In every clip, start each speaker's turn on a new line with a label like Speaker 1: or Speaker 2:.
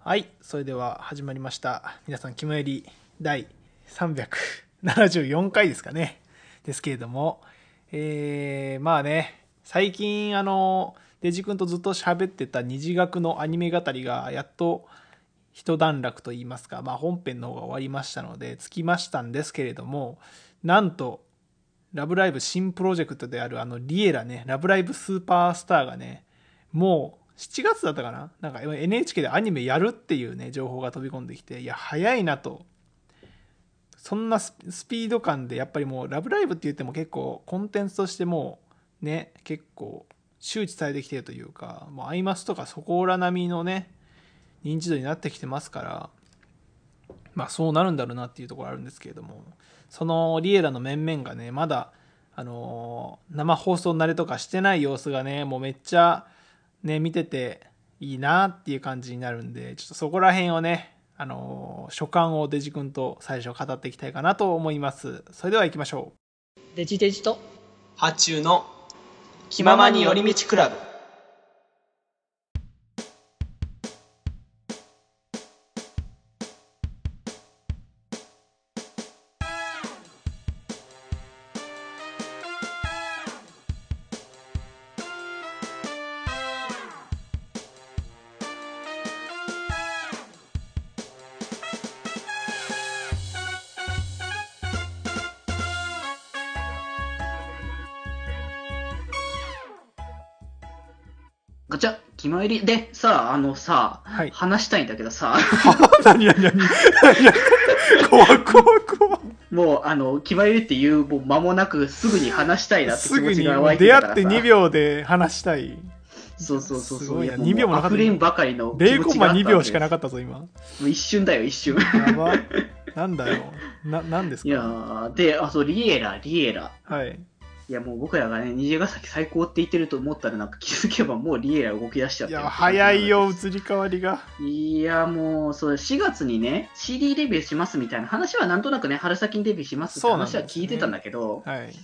Speaker 1: はい、それでは始まりました。皆さん、肝より第374回ですかね。ですけれども、えー、まあね、最近、あの、デジ君とずっと喋ってた二次学のアニメ語りが、やっと一段落と言いますか、まあ本編の方が終わりましたので、つきましたんですけれども、なんと、ラブライブ新プロジェクトであるあのリエラね、ラブライブスーパースターがね、もう7月だったかななんか NHK でアニメやるっていうね、情報が飛び込んできて、いや、早いなと。そんなススピード感で、やっぱりもう、ラブライブって言っても結構、コンテンツとしてもう、ね、結構、周知されてきてるというか、もう、アイマスとかそこら並みのね、認知度になってきてますから、まあそうなるんだろうなっていうところあるんですけれども、そのリエラの面々がね、まだ、あのー生放送慣れとかしてない様子がね、もうめっちゃ、ね、見てていいなっていう感じになるんで、ちょっとそこら辺をね、あのー所感をデジ君と最初語っていきたいかなと思います。それでは行きましょう。
Speaker 2: デジデジと
Speaker 3: 発注の気ままに寄り道クラブ
Speaker 4: ガチャ、決まり。で、さあ、あのさ、
Speaker 1: はい
Speaker 4: 話したいんだけどさ、
Speaker 1: 何何何 怖い怖い怖い。
Speaker 4: もう、あの、決まりっていう、もう間もなく、すぐに話したいなって気
Speaker 1: すぐ
Speaker 4: 持
Speaker 1: に
Speaker 4: ち
Speaker 1: 出
Speaker 4: が
Speaker 1: 会
Speaker 4: 湧
Speaker 1: っ
Speaker 4: い
Speaker 1: て
Speaker 4: てたからさ。
Speaker 1: 2。秒で話したい。
Speaker 4: そうそうそうそう。
Speaker 1: すごいな
Speaker 4: やもう
Speaker 1: 2秒もなかった
Speaker 4: 溢れんばかりの気
Speaker 1: 0
Speaker 4: 持
Speaker 1: コ
Speaker 4: ち
Speaker 1: マ
Speaker 4: があったんで。
Speaker 1: 2秒しかなかったぞ、今。
Speaker 4: もう一瞬だよ、一瞬。
Speaker 1: やば。なんだよ。な、なんです
Speaker 4: いや
Speaker 1: か
Speaker 4: ー、で、あと、リエラ、リエラ。
Speaker 1: はい。
Speaker 4: いや、もう僕らがね、虹ヶ崎最高って言ってると思ったら、なんか気づけばもうリエラ動き出しちゃっ
Speaker 1: い
Speaker 4: てる
Speaker 1: や、早いよ、移り変わりが。
Speaker 4: いや、もう、そう、4月にね、CD デビューしますみたいな話はなんとなくね、春先にデビューしますって
Speaker 1: そうなんですね
Speaker 4: 話は聞いてたんだけど、
Speaker 1: はい。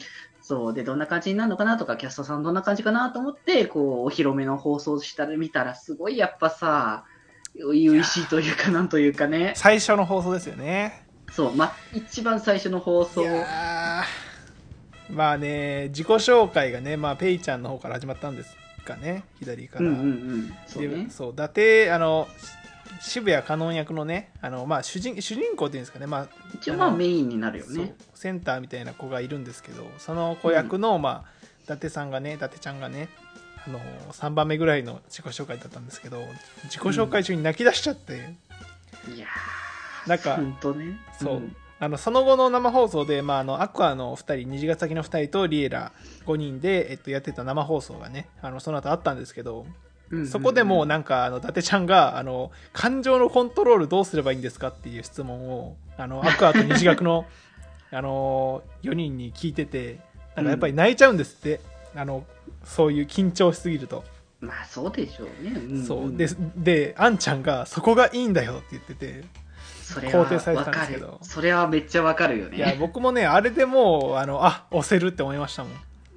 Speaker 4: そう、で、どんな感じになるのかなとか、キャストさんどんな感じかなと思って、こう、お披露目の放送したら見たら、すごいやっぱさ、初々しいというか、なんというかね、
Speaker 1: 最初の放送ですよね。
Speaker 4: そう、ま、一番最初の放送
Speaker 1: い、やーまあね自己紹介がね、まあ、ペイちゃんの方から始まったんですかね左か
Speaker 4: う
Speaker 1: ら、
Speaker 4: んうんうん、そう
Speaker 1: で
Speaker 4: ね。
Speaker 1: 伊達あのし渋谷カノン役のねあの、まあ、主人主人公っていうんですかね、まあ、
Speaker 4: 一応まあ
Speaker 1: の
Speaker 4: メインになるよ
Speaker 1: そう
Speaker 4: ね。
Speaker 1: センターみたいな子がいるんですけどその子役の、まあ、伊達さんがね伊達ちゃんがねあの3番目ぐらいの自己紹介だったんですけど自己紹介中に泣き出しちゃって、
Speaker 4: いや
Speaker 1: なん
Speaker 4: ー、
Speaker 1: か
Speaker 4: ほんとね。
Speaker 1: そう、
Speaker 4: ん
Speaker 1: あのその後の生放送で、まあ、あのアクアの2人虹ヶ崎の2人とリエラ5人で、えっと、やってた生放送がねあのその後あったんですけど
Speaker 4: うんうんうん
Speaker 1: そこでもうなんかあの伊達ちゃんがあの感情のコントロールどうすればいいんですかっていう質問をあのアクアと虹ヶ崎 のあの4人に聞いててなんかやっぱり泣いちゃうんですって、あのそういう緊張しすぎると。
Speaker 4: まあそうでしょうね。んん
Speaker 1: そうで、であんちゃんが「そこがいいんだよ」って言ってて。
Speaker 4: それは
Speaker 1: 肯定されてたんですけど
Speaker 4: わかるそれはめっちゃわかるよね。
Speaker 1: いや僕もねあれでもうあのあ押せるって思いましたもん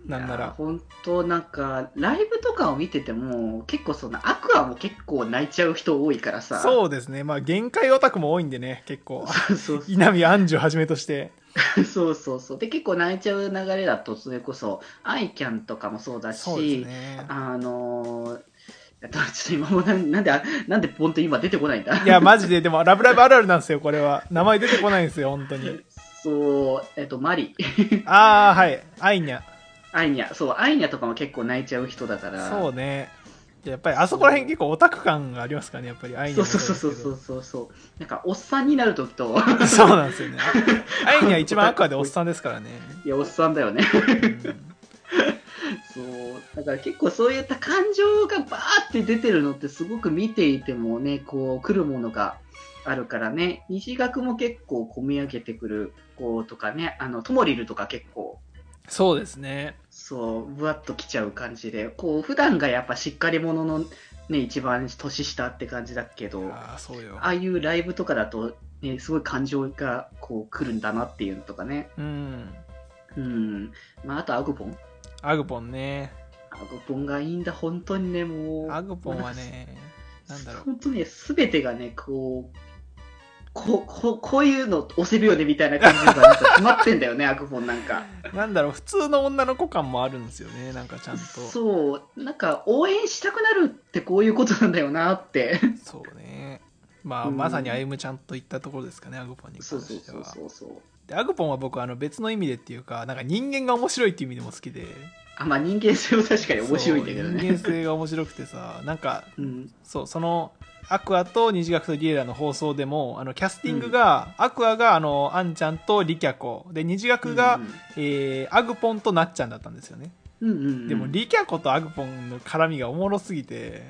Speaker 1: なんない
Speaker 4: や
Speaker 1: ら
Speaker 4: 本当なんかライブとかを見てても結構そのアクアも結構泣いちゃう人多いからさう
Speaker 1: そうですねまあ限界オタクも多いんでね結構
Speaker 4: そうそ
Speaker 1: 稲見杏樹はじめとして
Speaker 4: うそうそうそうで結構泣いちゃう流れだとそれこそアイキャンとかもそうだし
Speaker 1: そうですね
Speaker 4: あのーえっとちょっと今もなんなんであなんでポンと今出てこないんだ
Speaker 1: いやマジででも「ラブライブあるある」なんですよこれは名前出てこないんですよ本当に
Speaker 4: そうえっとマリ
Speaker 1: ああはいアイニャ
Speaker 4: アイニャそうアイニャとかも結構泣いちゃう人だから
Speaker 1: そうねやっぱりあそこら辺結構オタク感がありますからねやっぱりアイニャ
Speaker 4: そ
Speaker 1: も
Speaker 4: うそうそう
Speaker 1: ですけ
Speaker 4: そ
Speaker 1: ど
Speaker 4: うそうそうなんかおっさんになる時と
Speaker 1: そうなんですよねあアイニャ一番アクアでおっさんですからね、
Speaker 4: いやおっさんだよね
Speaker 1: うん
Speaker 4: そうだから結構そういった感情がバーって出てるのってすごく見ていてもねこう来るものがあるからね西学も結構込み上げてくる子とかねあのトモリルとか結構
Speaker 1: そうですね
Speaker 4: そうぶわっと来ちゃう感じでこう普段がやっぱしっかり者のね一番年下って感じだけどあ
Speaker 1: ああそうよ
Speaker 4: あいうライブとかだと、ね、すごい感情がこう来るんだなっていうのとかね
Speaker 1: うん
Speaker 4: うんまああとアグポン
Speaker 1: アグポンね
Speaker 4: アグポンがいいんだ本当にねもう
Speaker 1: アグポンはねなんだろう
Speaker 4: 本当ね、すべてがね、こう、こここういうの押せるよねみたいな感じがなんか詰まってん だよね、アクフォンなんか。
Speaker 1: なんだろう普通の女の子感もあるんですよねなんかちゃんとそ
Speaker 4: そう、なんか応援したくなるってこういうことなんだよなって。
Speaker 1: うねまあ、
Speaker 4: うん
Speaker 1: まさに歩夢ちゃんといったところですかねアグポンに
Speaker 4: そう
Speaker 1: 関
Speaker 4: そう
Speaker 1: して
Speaker 4: そう
Speaker 1: は
Speaker 4: そうそう。
Speaker 1: でアグポンは僕あの別の意味でっていうかなんか人間が面白いっていう意味でも好きで
Speaker 4: あ、まあ人間性は確かに面白いんだけど
Speaker 1: そう
Speaker 4: ね。
Speaker 1: 人間性が面白くてさなんか
Speaker 4: うん、
Speaker 1: そうそのアクアと虹学とリエラの放送でもあのキャスティングが、アクアがあのアンちゃんとリキャコで虹学が、えーアグポンとなっちゃんだったんですよね
Speaker 4: うんうんうん、
Speaker 1: でもリキャコとアグポンの絡みがおもろすぎて、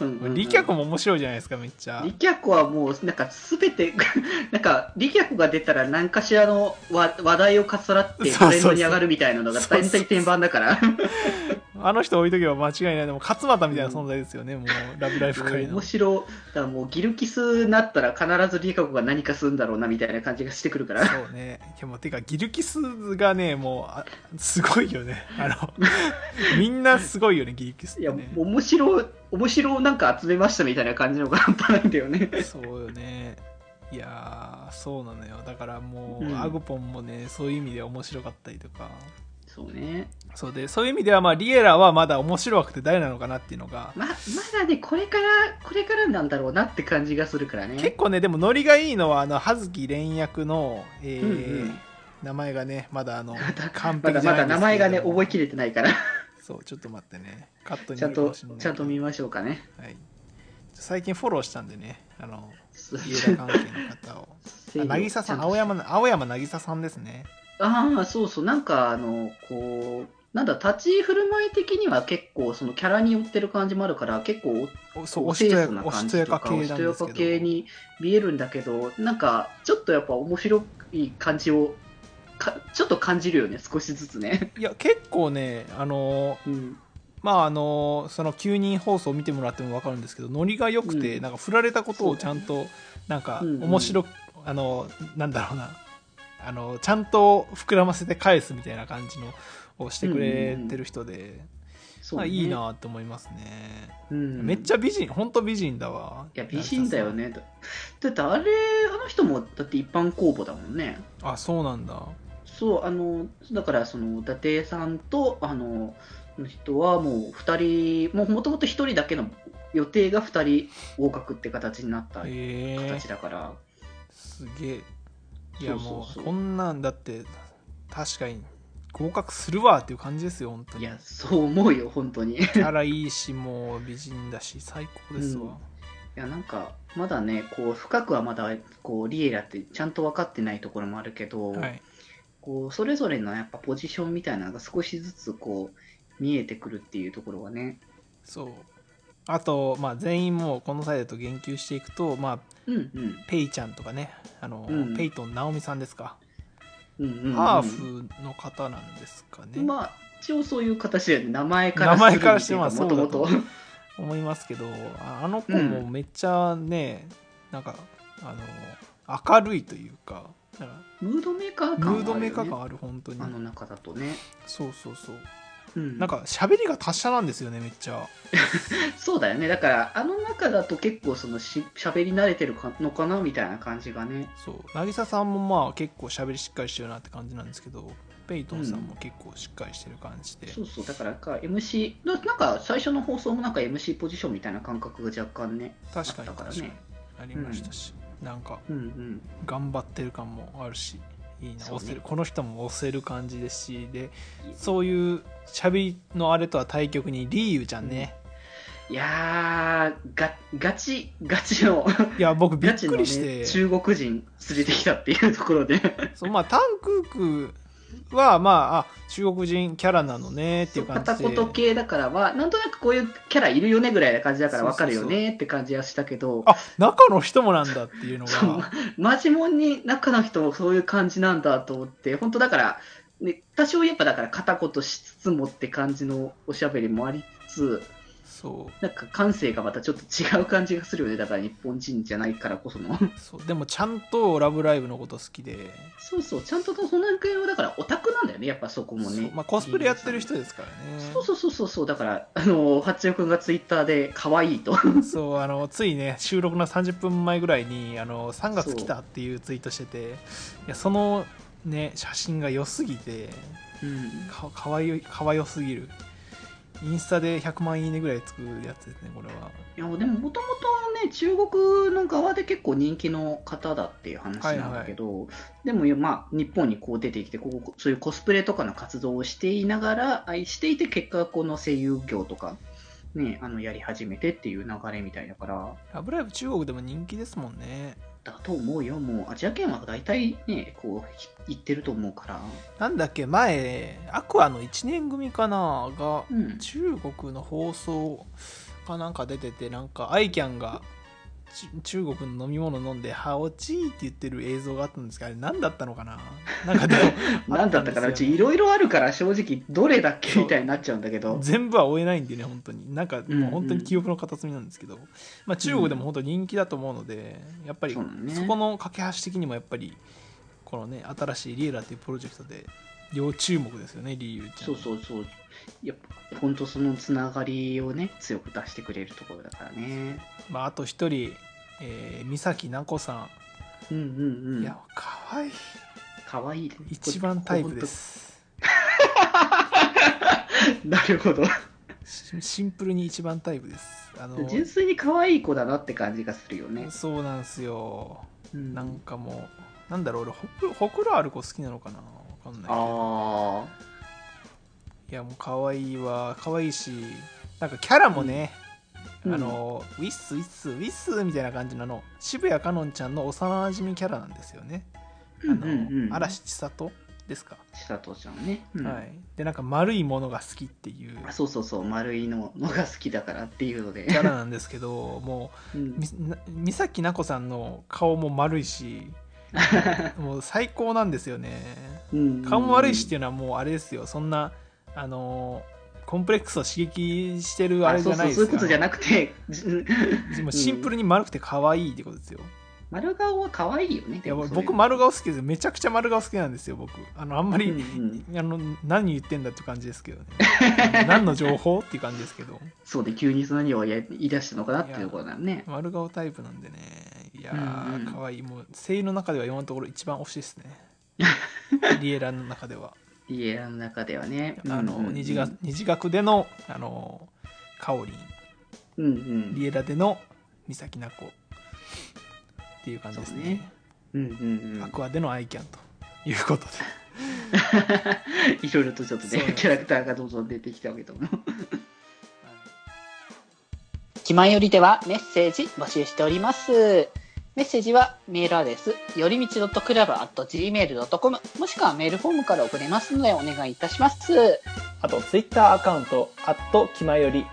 Speaker 4: うんうんうん
Speaker 1: リキャコも面白いじゃないですかめっちゃ
Speaker 4: リキャコはもう、なんかすべて、 なんか、リキャコが出たら何かしらの話話題をかっさらって
Speaker 1: そ
Speaker 4: ト
Speaker 1: うそうそう
Speaker 4: レンドに上がるみたいなのが大体転番だから。
Speaker 1: あの人置いとけば間違いないでも勝俣みたいな存在ですよね、もう「ラブライフ」界の
Speaker 4: 面白、だからもうギルキスになったら必ずリカコが何かするんだろうなみたいな感じがしてくるから。
Speaker 1: そうねいやもうてかギルキスがねもうあすごいよねあの みんなすごいよねギルキスっ
Speaker 4: い
Speaker 1: て
Speaker 4: や、
Speaker 1: ね
Speaker 4: 面白い、面白をなんか集めましたみたいな感じのが半端ないんだよね。
Speaker 1: そうよねいやーそうなのよだからもう、
Speaker 4: うん
Speaker 1: アグポンもねそういう意味で面白かったりとか
Speaker 4: そうね。
Speaker 1: そうでそういう意味ではまあリエラはまだ面白くて誰なのかなっていうのが
Speaker 4: ま、まだね、これから、これからなんだろうなって感じがするからね。
Speaker 1: 結構ねでもノリがいいのはあの葉月連役の、えー
Speaker 4: うんうん
Speaker 1: 名前がねまだあの完
Speaker 4: ま
Speaker 1: 璧
Speaker 4: だ
Speaker 1: じゃ
Speaker 4: ま
Speaker 1: ないんですけれども
Speaker 4: だ名前がね、覚えきれてない から。
Speaker 1: そうちょっと待ってねカットに
Speaker 4: ちゃん
Speaker 1: なるか
Speaker 4: と
Speaker 1: もしれない、
Speaker 4: ちゃんと見ましょうかね。
Speaker 1: はい、最近フォローしたんでねあの
Speaker 4: そう
Speaker 1: リエ ラ関係の方をあ渚さん青。山の青山渚さんですね
Speaker 4: ああ、そうそう、なんか、あの、こう、なんだ、立ち振る舞い的には結構、そのキャラに寄ってる感じもあるから、結構、
Speaker 1: おそう
Speaker 4: お
Speaker 1: おしとや
Speaker 4: 清楚な
Speaker 1: おし
Speaker 4: 感
Speaker 1: と
Speaker 4: じ
Speaker 1: や
Speaker 4: と
Speaker 1: か
Speaker 4: か、
Speaker 1: 系
Speaker 4: お
Speaker 1: なんで
Speaker 4: し
Speaker 1: すけ
Speaker 4: と
Speaker 1: ど
Speaker 4: やか系に見えるんだけど、なんか、ちょっとやっぱ面白い感じを、かちょっと感じるよね、少しずつね。
Speaker 1: いや結構ねあの
Speaker 4: うん。
Speaker 1: まああのその9人放送見てもらっても分かるんですけどノリが良くて、
Speaker 4: うん
Speaker 1: なんか振られたことをちゃんとなんか
Speaker 4: うんうん
Speaker 1: 面白く、あのなんだろうなあのちゃんと膨らませて返すみたいな感じのをしてくれてる人で、
Speaker 4: そう、
Speaker 1: まあ
Speaker 4: ね。
Speaker 1: いい。なって思いますね、
Speaker 4: うん。
Speaker 1: めっちゃ美人本当美人だわ
Speaker 4: いや、美人だよね。だだって、あれ、あの人も、だって一般公募だもんね。
Speaker 1: あそうなんだ
Speaker 4: そうあのだからその伊達さんとあのの人はもう2人もともと1人だけの予定が2人合格って形になった
Speaker 1: へえ
Speaker 4: 形だから、
Speaker 1: すげえいや
Speaker 4: そう
Speaker 1: も
Speaker 4: そう
Speaker 1: う
Speaker 4: そう
Speaker 1: こんなんだって確かに合格するわっていう感じですよ本当
Speaker 4: い
Speaker 1: に
Speaker 4: やそう思うよ本当にい
Speaker 1: キャラいいしもう美人だし最高ですわ、
Speaker 4: やなんかまだねこう深くはまだこうリエラってちゃんと分かってないところもあるけど、
Speaker 1: はい
Speaker 4: こうそれぞれのやっぱポジションみたいなのが少しずつこう見えてくるっていうところはね
Speaker 1: そうあと、まあ、全員もうこの際だと言及していくと、まあ、
Speaker 4: うんうん
Speaker 1: ペイちゃんとかねあの、
Speaker 4: うん
Speaker 1: ペイトン直美さんですか、
Speaker 4: うんうんうん、
Speaker 1: ハーフの方なんですかね、
Speaker 4: まあ一応そういう形だよね名前から
Speaker 1: 名前からしてまあ
Speaker 4: もともと
Speaker 1: そう思いますけどああの子もめっちゃね、なんかあの明るいというかなんか
Speaker 4: ムードメーカー感はあるよね
Speaker 1: ムードメーカー感ある本当に
Speaker 4: あの中だとね、
Speaker 1: そうそうそう
Speaker 4: うん、
Speaker 1: なんか喋りが達者なんですよねめっちゃ
Speaker 4: そうだよねだからあの中だと結構そのし喋り慣れてるかのかなみたいな感じがね
Speaker 1: そう渚さんもまあ結構喋りしっかりしてるなって感じなんですけどペイトンさんも結構しっかりしてる感じで、
Speaker 4: そうそうだからなんか MC ななんか最初の放送もなんか MC ポジションみたいな感覚が若干ね
Speaker 1: 確かに
Speaker 4: あったから
Speaker 1: 確
Speaker 4: ね
Speaker 1: かにありましたし、なんか
Speaker 4: うんうん
Speaker 1: 頑張ってる感もあるしいいな、
Speaker 4: そうね
Speaker 1: 押せるこの人も押せる感じですしでそういう喋りのあれとは対極にリーユちゃんね、
Speaker 4: いやーがガチガチの
Speaker 1: いや僕 び
Speaker 4: ガ
Speaker 1: っ
Speaker 4: チ
Speaker 1: く
Speaker 4: の、
Speaker 1: りして、
Speaker 4: ね、中国人連れてきたっていうところで
Speaker 1: そうまあタンクークはまああ中国人キャラなのねっていう感
Speaker 4: 片
Speaker 1: じで
Speaker 4: 言系だからはなんとなくこういうキャラいるよねぐらいな感じだから分かるよねって感じはしたけど
Speaker 1: あ中の人もなんだっていうの
Speaker 4: そう
Speaker 1: が
Speaker 4: マジモンに中の人もそういう感じなんだと思って本当だから、ね、多少やっぱだから片言しつつもって感じのおしゃべりもありつつ
Speaker 1: そ
Speaker 4: なんか感性がまたちょっと違う感じがするよね。だから日本人じゃないからこそ の。
Speaker 1: うそうでもちゃんと「ラブライブ!」のこと好きで、
Speaker 4: そうそう、ちゃんとその辺はだからオタクなんだよね、やっぱそこも
Speaker 1: そう
Speaker 4: ね。
Speaker 1: まあ、コスプレやってる人ですからね
Speaker 4: そうそうそうそうそう、だから、あの、八代くんがツイッターで可愛いと。
Speaker 1: そうあのついね収録の30分前ぐらいにあの3月来たっていうツイートしてていやそのね写真が良すぎてかかわいかわよすぎるインスタで100万いいねぐらいつくやつですねこれはい
Speaker 4: やでももともとね中国の側で結構人気の方だっていう話なんだけど、でもまあ日本にこう出てきてこうそういうコスプレとかの活動をしていながらあしていて結果この声優業とか、ね、あのやり始めてっていう流れみたいだから
Speaker 1: 「ラブライブ!」中国でも人気ですもんね
Speaker 4: だと思うよもうアジア圏は大体ねこうひ行ってると思うから、
Speaker 1: なんだっけ前アクアの1年組かなが
Speaker 4: うん、
Speaker 1: 中国の放送かなんか出ててなんかアイキャンがち中国の飲み物飲んで「ハオチー」って言ってる映像があったんですけどあれ何だったのかななん かでも
Speaker 4: なんだったかな
Speaker 1: あん
Speaker 4: う
Speaker 1: です
Speaker 4: ち
Speaker 1: よ
Speaker 4: いろいろあるから正直どれだっけみたいになっちゃうんだけど
Speaker 1: 全部は追えないんでね本当になんか
Speaker 4: うん
Speaker 1: もう本当に記憶の片隅なんですけど、まあ、中国でも本当に人気だと思うので、やっぱり
Speaker 4: そうだね
Speaker 1: そこの架け橋的にもやっぱりこのね新しいリエラっていうプロジェクトで要注目ですよねリーユーちゃん
Speaker 4: そうそうそう。やっぱ、本当そのつながりをね、強く出してくれるところだからね。
Speaker 1: まあ、あと一人、えー、三崎奈子さ、
Speaker 4: うんうんうんん。
Speaker 1: いや可愛い
Speaker 4: かわいいね。
Speaker 1: 一番タイプです
Speaker 4: これ。なるほど。
Speaker 1: シシンプルに一番タイプですあの
Speaker 4: 純粋に可愛い子だなって感じがするよね。
Speaker 1: そうなんですよ
Speaker 4: うん
Speaker 1: なんかもうなんだろう俺ほくほくろある子好きなのかなわかんないけど
Speaker 4: あ
Speaker 1: いやもう可愛いわ可愛いしなんかキャラもね、
Speaker 4: うん
Speaker 1: あのウィッスウィッスウィッスみたいな感じのあの渋谷かのんちゃんの幼馴染みキャラなんですよね、
Speaker 4: あ。うん
Speaker 1: あ
Speaker 4: うんうん。
Speaker 1: の嵐千里ですか、
Speaker 4: 千里ちゃんね。うん
Speaker 1: はいでなんか丸いものが好きっていう
Speaker 4: あそうそうそう、丸いののが好きだからっていうので
Speaker 1: キ。ャラなんですけども
Speaker 4: う
Speaker 1: うんみな三崎奈子さんの顔も丸い しもう最高なんですよね
Speaker 4: うん
Speaker 1: 顔も悪いしっていうのはもうあれですよそんなあのーコンプレックスを刺激してるあれじゃないです
Speaker 4: あそうそうそういうことじゃなくて、
Speaker 1: もうシンプルに丸くて可愛いってことですよ、
Speaker 4: 丸顔は可愛いよね。
Speaker 1: い
Speaker 4: で
Speaker 1: や
Speaker 4: もそういう
Speaker 1: 僕丸顔好きですめちゃくちゃ丸顔好きなんですよ僕あのあんまり、
Speaker 4: うんうん
Speaker 1: あの何言ってんだって感じですけ どね何の情報っていう感じですけど
Speaker 4: そうで急にその何をや言い出したのかなっていうところだね。
Speaker 1: 丸顔タイプなんでねいやー、
Speaker 4: うんうん
Speaker 1: 可愛いもう声優の中では今のところ一番推しです ねリエラの中では
Speaker 4: 家の中ではね。
Speaker 1: あの、
Speaker 4: うんうんうん
Speaker 1: 虹が虹学でのあのカオリン
Speaker 4: うんうん。
Speaker 1: リエラでの三崎奈子っていう感じですね
Speaker 4: そうねうんうんう
Speaker 1: ア
Speaker 4: ん。
Speaker 1: クアでのアイキャンということで
Speaker 4: いろいろとちょっと
Speaker 1: そうなん
Speaker 4: ね、
Speaker 1: です
Speaker 4: キャラクターがどんどん出てきたわけども。
Speaker 2: 気前よりではメッセージ募集しております。メッセージはメールアドレス、よりみち .club.gmail.com もしくはメールフォームから送れますのでお願いいたします。
Speaker 5: あと、ツイッターアカウント、アットキマより。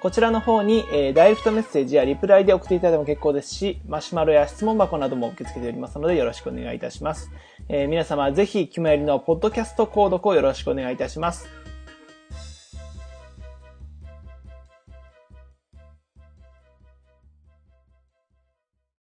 Speaker 5: こちらの方に、えーダイレクトメッセージやリプライで送っていただいても結構ですし、マシュマロや質問箱なども受け付けておりますので、よろしくお願いいたします。えー皆様、ぜひ、キマよりのポッドキャスト購読をよろしくお願いいたします。